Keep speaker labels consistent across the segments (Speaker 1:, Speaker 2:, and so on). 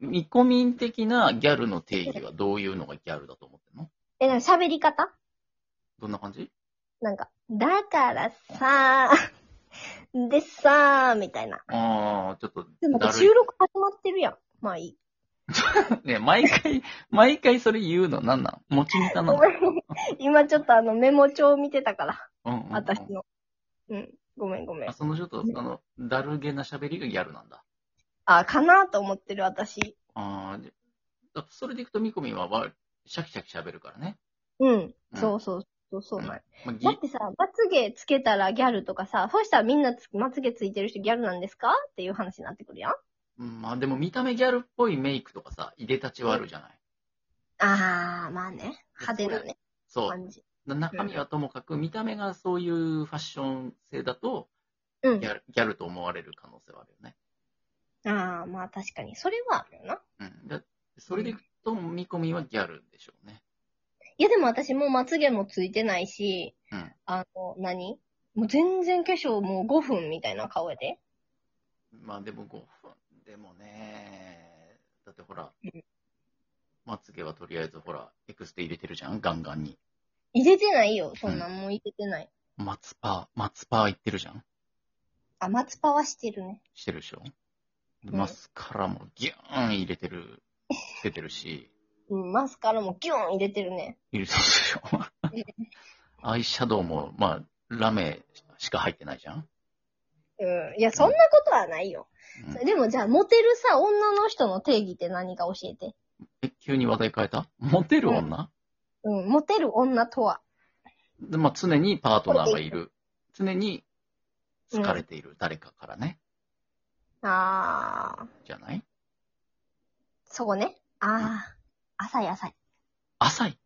Speaker 1: ミコミン的なギャルの定義はどういうのがギャルだと思ってんの
Speaker 2: え、なんか喋り方
Speaker 1: どんな感じ
Speaker 2: なんか、だからさー、 でさー、みたいな。
Speaker 1: ああ、ちょっと
Speaker 2: でもなん
Speaker 1: だ
Speaker 2: か
Speaker 1: るい
Speaker 2: 収。録始まってるやん。まあいい。
Speaker 1: ね、毎回、毎回それ言うのなんなん持ちネタな
Speaker 2: ご
Speaker 1: の
Speaker 2: めん。 今ちょっとあのメモ帳見てたから、
Speaker 1: うんうんうん
Speaker 2: 私の。うん。ごめんごめん
Speaker 1: あ。そのちょっと、その、だるげな喋りがギャルなんだ。
Speaker 2: あ、かなと思ってる私。
Speaker 1: ああ、でだそれでいくとミコミンはわシャキシャキ喋るからね。
Speaker 2: うん。
Speaker 1: うん
Speaker 2: そうそうそうそうなんや。
Speaker 1: まあ、ぎ
Speaker 2: だってさ、まつげつけたらギャルとかさ、そうしたらみんなつまつげついてる人ギャルなんですかっていう話になってくるやん。
Speaker 1: うんまあでも見た目ギャルっぽいメイクとかさ、いでたちはあるじゃない。
Speaker 2: あー、まあね。派手なね、
Speaker 1: そう。
Speaker 2: 感じ。
Speaker 1: な中身はともかく、見た目がそういうファッション性だと、
Speaker 2: う
Speaker 1: ギ
Speaker 2: ん。
Speaker 1: ャルギャルと思われる可能性はあるよね。
Speaker 2: あー、まあ確かに。それはあるよな。
Speaker 1: うん。でそれでいくと、見込みはギャルでしょうね。
Speaker 2: いやでも私もうまつげもついてないし、
Speaker 1: うん
Speaker 2: あの、何もう全然化粧もう5分みたいな顔やで。
Speaker 1: まあでも5分。でもね、だってほら
Speaker 2: うん、
Speaker 1: まつげはとりあえずほら、エクステ入れてるじゃん、ガンガンに。
Speaker 2: 入れてないよ。そんなんもう入れてない。
Speaker 1: マツパー、マツパーいってるじゃん。
Speaker 2: あ、松葉はしてるね。
Speaker 1: してるでしょ。
Speaker 2: ん
Speaker 1: マスカラもギューン入れてる、出てるし、
Speaker 2: うん、マスカラもギューン入れてるね。
Speaker 1: 入れてるでしょ。アイシャドウも、まあ、ラメしか入ってないじゃん。
Speaker 2: うん。いや、そんなことはない
Speaker 1: う
Speaker 2: よ。
Speaker 1: ん
Speaker 2: でもじゃあ、モテるさ、女の人の定義って何か教えて。
Speaker 1: え急に話題変えたモテる女、
Speaker 2: うん、モテる女とは。
Speaker 1: でまあ、常にパートナーがいる。常に好かれている、誰かからね。
Speaker 2: あー、
Speaker 1: じゃない
Speaker 2: そこね。あー、浅い浅い。
Speaker 1: 浅い。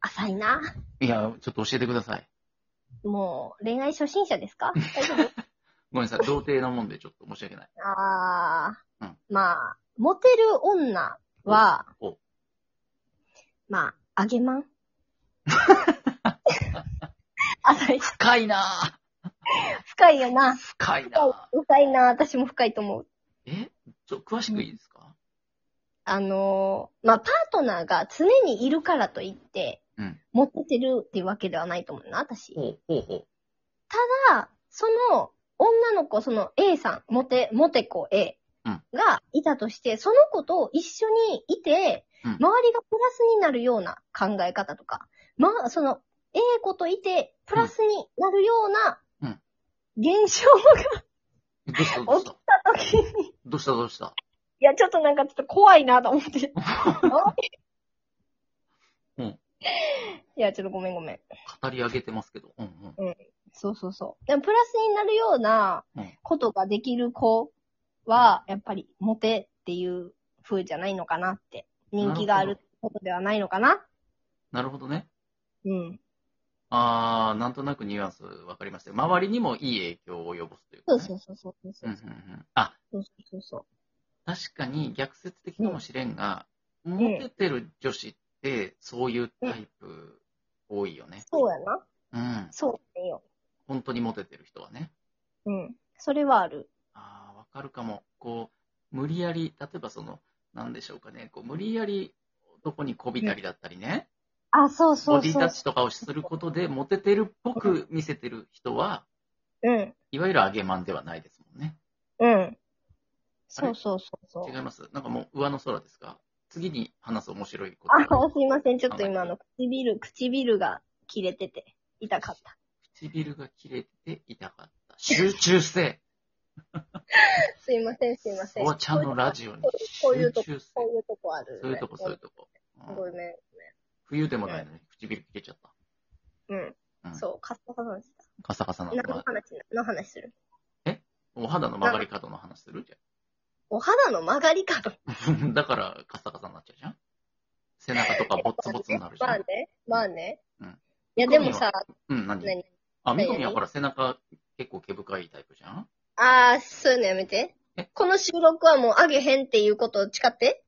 Speaker 2: 浅いな。
Speaker 1: いや、ちょっと教えてください。
Speaker 2: もう、恋愛初心者です か大丈夫
Speaker 1: ごめんなさい。童貞なもんでちょっと申し訳ない。
Speaker 2: あー、
Speaker 1: うん
Speaker 2: まあ、モテる女は、
Speaker 1: おお
Speaker 2: まあ、あ げまん。浅い。
Speaker 1: 深いな
Speaker 2: 深いよな
Speaker 1: ぁ。。深いな
Speaker 2: 深い
Speaker 1: ぁ。
Speaker 2: 深いな。私も深いと思う。
Speaker 1: えちょ、詳しくいいですか、
Speaker 2: あのーまあ、パートナーが常にいるからといって、
Speaker 1: うん
Speaker 2: 持ってるっていうわけではないと思うな、私。
Speaker 1: ほうほうほう。
Speaker 2: ただ、その、女の子、その A さん、モテ、モテ子 A
Speaker 1: うん
Speaker 2: がいたとして、その子と一緒にいて、
Speaker 1: うん
Speaker 2: 周りがプラスになるような考え方とか、まあ、その、A 子といて、プラスになるような
Speaker 1: うん、
Speaker 2: 現象
Speaker 1: どうしたどう
Speaker 2: が
Speaker 1: し
Speaker 2: 起
Speaker 1: た
Speaker 2: きたとき に、
Speaker 1: どうしたどうした
Speaker 2: いや、ちょっとなんかちょっと怖いなと思って。
Speaker 1: うん
Speaker 2: いや、ちょっとごめんごめん。
Speaker 1: 語り上げてますけど。うんうん。
Speaker 2: そうそうそう。でも、プラスになるような
Speaker 1: うん
Speaker 2: ことができる子は、やっぱり、モテっていう風じゃないのかなって。人気があるってことではないのかな
Speaker 1: なるほどね。
Speaker 2: うん。
Speaker 1: あー、なんとなくニュアンスわかりましたよ。周りにもいい影響を及ぼすというか、
Speaker 2: そう
Speaker 1: ね。
Speaker 2: そうそうそうそう
Speaker 1: う
Speaker 2: そ
Speaker 1: ん
Speaker 2: う
Speaker 1: うんうん。あ、
Speaker 2: そうそうそう。
Speaker 1: 確かに逆説的かもしれんが、モテてる女子ってそういうタイプ多いよね。
Speaker 2: そうやな。
Speaker 1: うん。
Speaker 2: そうだよ。
Speaker 1: 本当にモテてる人はね。
Speaker 2: うん。それはある。
Speaker 1: ああ、わかるかも。こう、無理やり、例えばその、なんでしょうかね、こう無理やり男に媚びたりだったりね、
Speaker 2: あ、そうそ
Speaker 1: ボ
Speaker 2: う
Speaker 1: ディ
Speaker 2: そ
Speaker 1: タッ
Speaker 2: う。
Speaker 1: チとかをすることで、モテてるっぽく見せてる人は、
Speaker 2: うん。
Speaker 1: いわゆる揚げマンではないですもんね。
Speaker 2: うん。そうそうそうそう。
Speaker 1: 違います。なんかもう上の空ですか次に話す面白いこと。
Speaker 2: あ、すいません。ちょっと今あの、唇、唇が切れてて、痛かった。
Speaker 1: 唇が切れて痛かった。集中せ
Speaker 2: すいません、すいませ
Speaker 1: い
Speaker 2: ん。
Speaker 1: おばちゃんのラ
Speaker 2: ジ
Speaker 1: ジオに
Speaker 2: こういう
Speaker 1: 集
Speaker 2: とこ
Speaker 1: 中せい
Speaker 2: こういうとこある、ね。
Speaker 1: そういうとこ、そういうとこ。うん
Speaker 2: ごめん。
Speaker 1: 冬でもないのに唇切れちゃった。
Speaker 2: うん。
Speaker 1: うん
Speaker 2: そう、カッサカサなんです。
Speaker 1: カサカサな
Speaker 2: 何の
Speaker 1: の。
Speaker 2: 話、の話する
Speaker 1: お肌の曲がり角の話するじ
Speaker 2: お肌の曲がり角。
Speaker 1: ゃん。 だからカサカサになっちゃうじゃん。背中とかボッツボツになるじ
Speaker 2: まあ
Speaker 1: ゃん。
Speaker 2: ね、まあね。
Speaker 1: うん
Speaker 2: いや、でもさ、
Speaker 1: うん、何
Speaker 2: 何
Speaker 1: あ、みこみはほら背中結構毛深いタイプじゃん
Speaker 2: あー、そういうのやめて
Speaker 1: え。
Speaker 2: この収録はもうあげへんっていうことを誓って。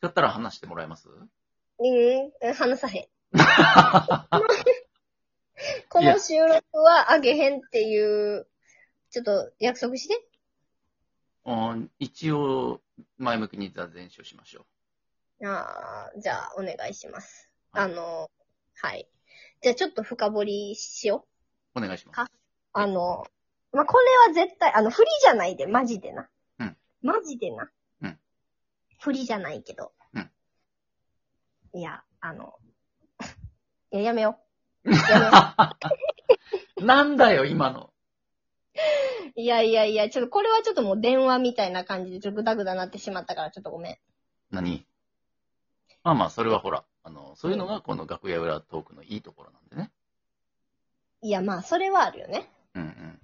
Speaker 1: 違ったら話してもらえます
Speaker 2: うんうん、話 さへん。
Speaker 1: あ
Speaker 2: こ
Speaker 1: いや
Speaker 2: の収録はあげへんっていう、ちょっと約束して。
Speaker 1: ー一応、前向きに座禅習しましょ
Speaker 2: あーじゃあ、お願いします。
Speaker 1: はい
Speaker 2: あの、はい。じゃあ、ちょっと深掘りしよう。
Speaker 1: う。お願いします。
Speaker 2: あの、まあ、これは絶対、あの、振りじゃないで、マジでな。
Speaker 1: うん
Speaker 2: マジでな。
Speaker 1: うん
Speaker 2: 振りじゃないけど。
Speaker 1: うん
Speaker 2: いや、あの、 いや、やめよ
Speaker 1: なんだよ、今の。
Speaker 2: う。いやいやいや、ちょっと、これはちょっともう電話みたいな感じで、ちょっとグダグダなってしまったから、ちょっとごめん。
Speaker 1: 何まあまあ、それはほら、あの、そういうのがこの楽屋裏トークのいいところなんでね。
Speaker 2: いや、まあ、それはあるよね。
Speaker 1: うんうん。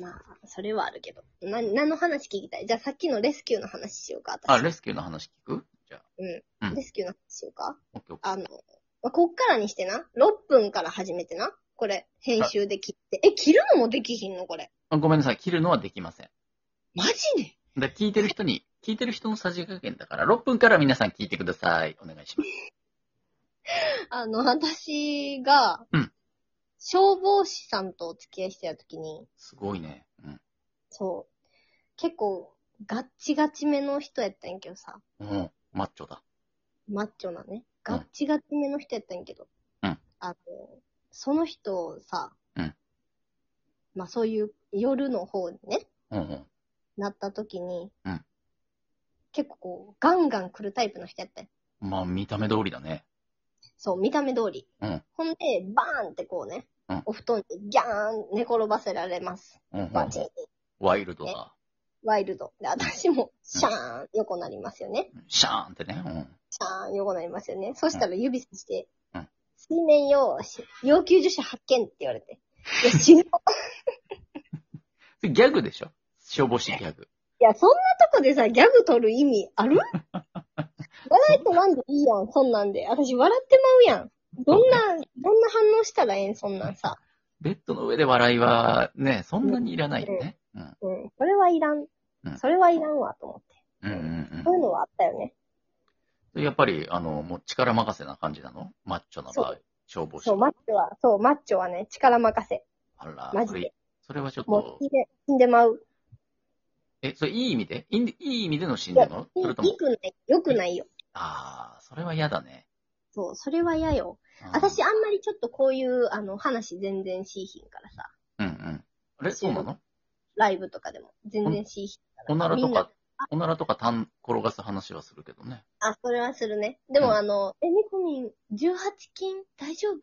Speaker 2: まあ、それはあるけど。な、何の話聞きたいじゃあ、さっきのレスキューの話しようか、私。
Speaker 1: あ、レスキューの話聞くじゃあ、うん
Speaker 2: レスキューの話しようか。
Speaker 1: オッケーオッケー。
Speaker 2: あの、まあ、こっからにしてな、6分から始めてな。これ、編集で切って。え、切るのもできひんのこれ。
Speaker 1: あごめんなさい、切るのはできません。
Speaker 2: マジで
Speaker 1: だから聞いてる人に、聞いてる人のさじ加減だから、6分から皆さん聞いてください。お願いします。
Speaker 2: あの、私が、
Speaker 1: うん
Speaker 2: 消防士さんとお付き合いしてた時に、
Speaker 1: すごいね。うん。
Speaker 2: そう、結構、ガッチガチめの人やったんやけどさ。
Speaker 1: うん、マッチョだ。
Speaker 2: マッチョなね、
Speaker 1: うん
Speaker 2: ガッチガチめの人やったんやけど、
Speaker 1: うん
Speaker 2: あの、その人をさ、
Speaker 1: うん
Speaker 2: まあそういう夜の方にね、
Speaker 1: うんうん。
Speaker 2: なった時に、
Speaker 1: うん
Speaker 2: 結構こう、ガンガン来るタイプの人やったんよ
Speaker 1: まあ、見た目通りだね。
Speaker 2: そう、見た目通り。
Speaker 1: うん
Speaker 2: ほんで、バーンってこうね、
Speaker 1: うん
Speaker 2: お布団にギャーン寝転ばせられます。
Speaker 1: うんうん
Speaker 2: バチン、
Speaker 1: ワイルドだ。
Speaker 2: ワイルド。で、私も、シャーン、横なりますよね。
Speaker 1: シャーンってね。う
Speaker 2: シャーン、横なりますよね。そしたら指さして、
Speaker 1: うん
Speaker 2: 水面用紙、要求助手発見って言われて。いや、死ぬ。い
Speaker 1: ん。ギャグでしょ消防士ギャグ。
Speaker 2: や、そんなとこでさ、ギャグ取る意味 ある笑いとなんでいいやん、そんなんで。私、笑ってまうやん。どんな、どんな反応したらええん、そんなんさ。
Speaker 1: ベッドの上で笑いは、ね、そんなにいらないよね。うん。
Speaker 2: うん、それはいらん
Speaker 1: うん。
Speaker 2: それはいらんわ、と思って。
Speaker 1: うんうんうん
Speaker 2: そういうのはあったよね。
Speaker 1: やっぱり、あの、もう力任せな感じなのマッチョな場合、消防士
Speaker 2: そう、。マッチョは、そう、マッチョはね、力任せ。
Speaker 1: あら、
Speaker 2: マジ
Speaker 1: そ
Speaker 2: で
Speaker 1: れ、それはちょっ
Speaker 2: もう
Speaker 1: と、
Speaker 2: 死んで、死んでまう。
Speaker 1: え、それいい意味でいいいい意味での死んでるの
Speaker 2: いい
Speaker 1: それとも
Speaker 2: 良、くない、良くないよ。
Speaker 1: ああ、それは嫌だね。
Speaker 2: そう、それは嫌よ。
Speaker 1: うん
Speaker 2: 私、あんまりちょっとこういう、あの、話全然しいひんからさ、
Speaker 1: うんうん。あれそうなの
Speaker 2: ライブとかでも全然しいひんから。
Speaker 1: おなら
Speaker 2: み
Speaker 1: と
Speaker 2: んな
Speaker 1: か、おならとかたん転がす話はするけどね。
Speaker 2: あ、それはするね。でも、
Speaker 1: うん
Speaker 2: あの、え、みこみん、18金大丈夫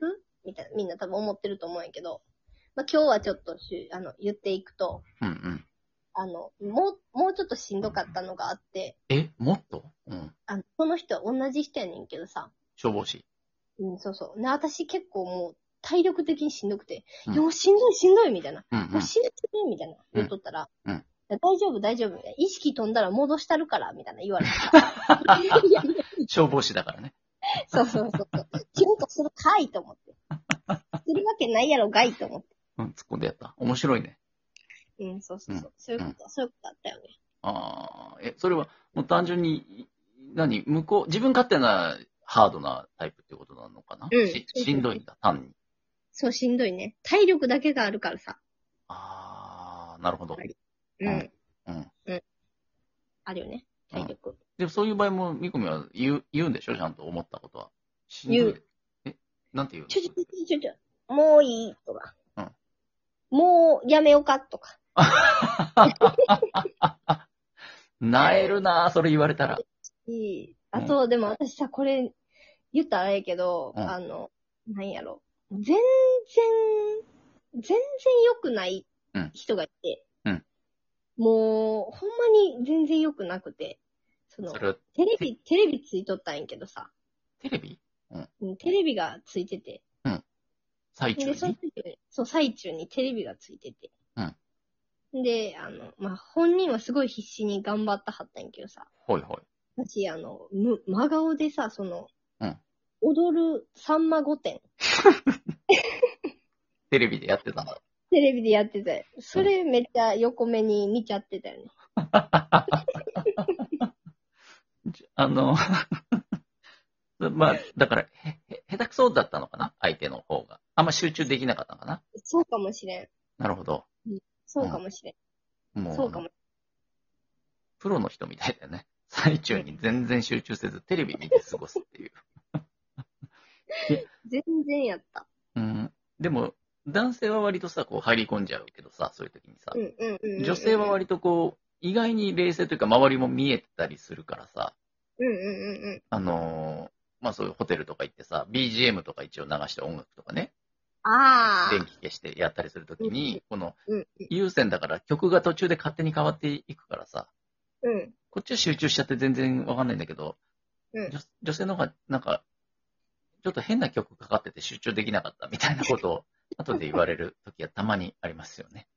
Speaker 2: みたいな、みんな多分思ってると思うんやけど、まあ、今日はちょっとしゅ、あの、言っていくと、
Speaker 1: うんうん。
Speaker 2: あの、もう、もうちょっとしんどかったのがあって、
Speaker 1: え、もっとうん。
Speaker 2: あの、この人は同じ人やねんけどさ、
Speaker 1: 消防士。
Speaker 2: うん、そうそう。な、私結構もう、体力的にしんどくて、
Speaker 1: うん
Speaker 2: いやもうしんどいしんどいみたいな。
Speaker 1: うんう。
Speaker 2: もうん死ぬ死ぬみたいな言っとったら、
Speaker 1: うんうん
Speaker 2: いや大丈夫大丈夫、意識飛んだら戻したるから、みたいな言われ た。いやいやいや
Speaker 1: 消防士だからね。
Speaker 2: そうそうそうそう。キュンとするかいと思って。するわけないやろがいと思って。
Speaker 1: うん、突っ込んでやった。面白いね。
Speaker 2: うん、そうそうそうう。そういうこと、そういうことあったよね。
Speaker 1: ああ、え、それは、もう単純に、い何向こう、自分勝手なハードなタイプってことなのかな、
Speaker 2: うん
Speaker 1: ししんどいんだ、単に。
Speaker 2: そう、しんどいね。体力だけがあるからさ。
Speaker 1: ああ、なるほど。
Speaker 2: はいうん。
Speaker 1: うんうん。
Speaker 2: あるよね。体力。
Speaker 1: でもそういう場合も、みこみは言う、言うんでしょちゃんと思ったことは。しんどい
Speaker 2: 言
Speaker 1: え、なんて言うの
Speaker 2: ちょちょちょちょちょ、もういいとか。
Speaker 1: うん
Speaker 2: もうやめようかとか。
Speaker 1: なえるなあそれ言われたら。
Speaker 2: いい。あと、でも私さ、これ、言ったらあれやけど、
Speaker 1: うん
Speaker 2: あの、なんやろ。全然、全然良くない人がいて、
Speaker 1: うん
Speaker 2: もう、ほんまに全然良くなくて、その
Speaker 1: そ、れは
Speaker 2: テレビ、テレビついとったんやけどさ、
Speaker 1: テレビ
Speaker 2: うんテレビがついてて、
Speaker 1: 最中
Speaker 2: で、その
Speaker 1: に
Speaker 2: 時に、そう、最中にテレビがついてて、で、あの、まあ、本人はすごい必死に頑張ったはったんやけどさ、
Speaker 1: ほいほい。
Speaker 2: 私、あの、む真顔でさ、その、
Speaker 1: うん
Speaker 2: 踊るさんま御殿、
Speaker 1: テレビでやってたんだ。
Speaker 2: テレビでやってて、それめっちゃ横目に見ちゃってたよね。
Speaker 1: じあの、 まあ、だから、へ、へ、下手くそだったのかな相手の方が。あんま集中できなかったのかな
Speaker 2: そうかもしれん。
Speaker 1: なるほど。
Speaker 2: そうかもしれん。
Speaker 1: もう、
Speaker 2: そうかも。
Speaker 1: プロの人みたいだよね。 最中に全然集中せず、テレビ見て過ごすっていう。
Speaker 2: 全然やった。
Speaker 1: うん。でも、男性は割とさ、こう入り込んじゃうけどさ、そういう時にさ
Speaker 2: う。んうんうんうん。
Speaker 1: 女性は割とこう、意外に冷静というか、周りも見えてたりするからさ、
Speaker 2: うんうんうんうん。
Speaker 1: あのーまあそういうホテルとか行ってさ、BGM とか一応流して音楽とかね、
Speaker 2: ああ。
Speaker 1: 電気消してやったりするときに、この
Speaker 2: うん、
Speaker 1: 有線だから曲が途中で勝手に変わっていくからさ、
Speaker 2: うん。
Speaker 1: こっちは集中しちゃって全然わかんないんだけど、
Speaker 2: うん
Speaker 1: 女女性の方がなんか、ちょっと変な曲かかってて集中できなかったみたいなこと を、後で言われるときはたまにありますよね。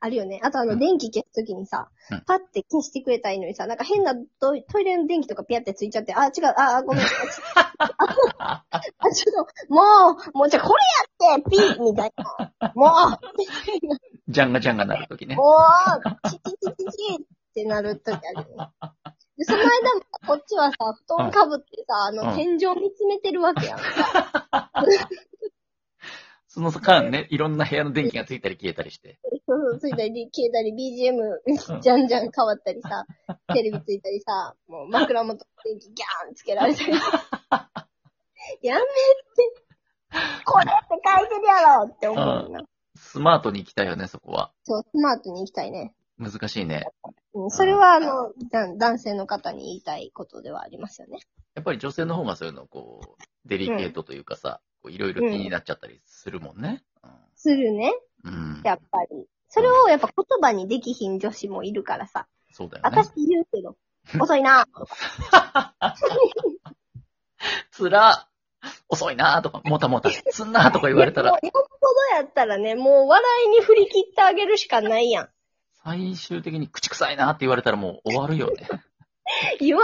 Speaker 2: あるよね。あとあ
Speaker 1: う
Speaker 2: の、
Speaker 1: ん
Speaker 2: 電気消すときにさ
Speaker 1: うん、
Speaker 2: パッて消してくれたらいいのにさ、なんか変なトイトイレの電気とかピャってついちゃって、あ、違う、あ、あごめん。あ、ちょっと、もう、もうじゃあこれやってピーみたいな。もう、
Speaker 1: ジャンガジャンガなるときね。
Speaker 2: もう、チチチチチってなるときあるよね。で、その間も、こっちはさ、布団かぶってさ、あ
Speaker 1: うん
Speaker 2: の、天井見つめてるわけやん。
Speaker 1: その間ね、いろんな部屋の電気がついたり消えたりして。
Speaker 2: そうそう、ついたり、消えたり、BGM、じゃんじゃん変わったりさ、テレビついたりさ、もう枕元に電気ギャーンつけられたり。 やめて。これって書いてるやろって思うよな。
Speaker 1: スマートに行きたいよね、そこは。
Speaker 2: そう、スマートに行きたいね。
Speaker 1: 難しいね。
Speaker 2: うん、それは、あの、男男性の方に言いたいことではありますよね。
Speaker 1: やっぱり女性の方がそういうの、こう、デリケートというかさ、こういろいろ気になっちゃったりするもんね。
Speaker 2: するね、
Speaker 1: うん。
Speaker 2: やっぱり。それをやっぱ言葉にできひん女子もいるからさ。
Speaker 1: そうだよね
Speaker 2: 私。言うけど、遅いな。
Speaker 1: つら遅いなーとか、もたもた、すんなーとか言われたら
Speaker 2: い、やもうよっぽどやったらね、もう笑いに振り切ってあげるしかないやん。
Speaker 1: 最終的に口臭いなーって言われたらもう終わるよね。
Speaker 2: 言わ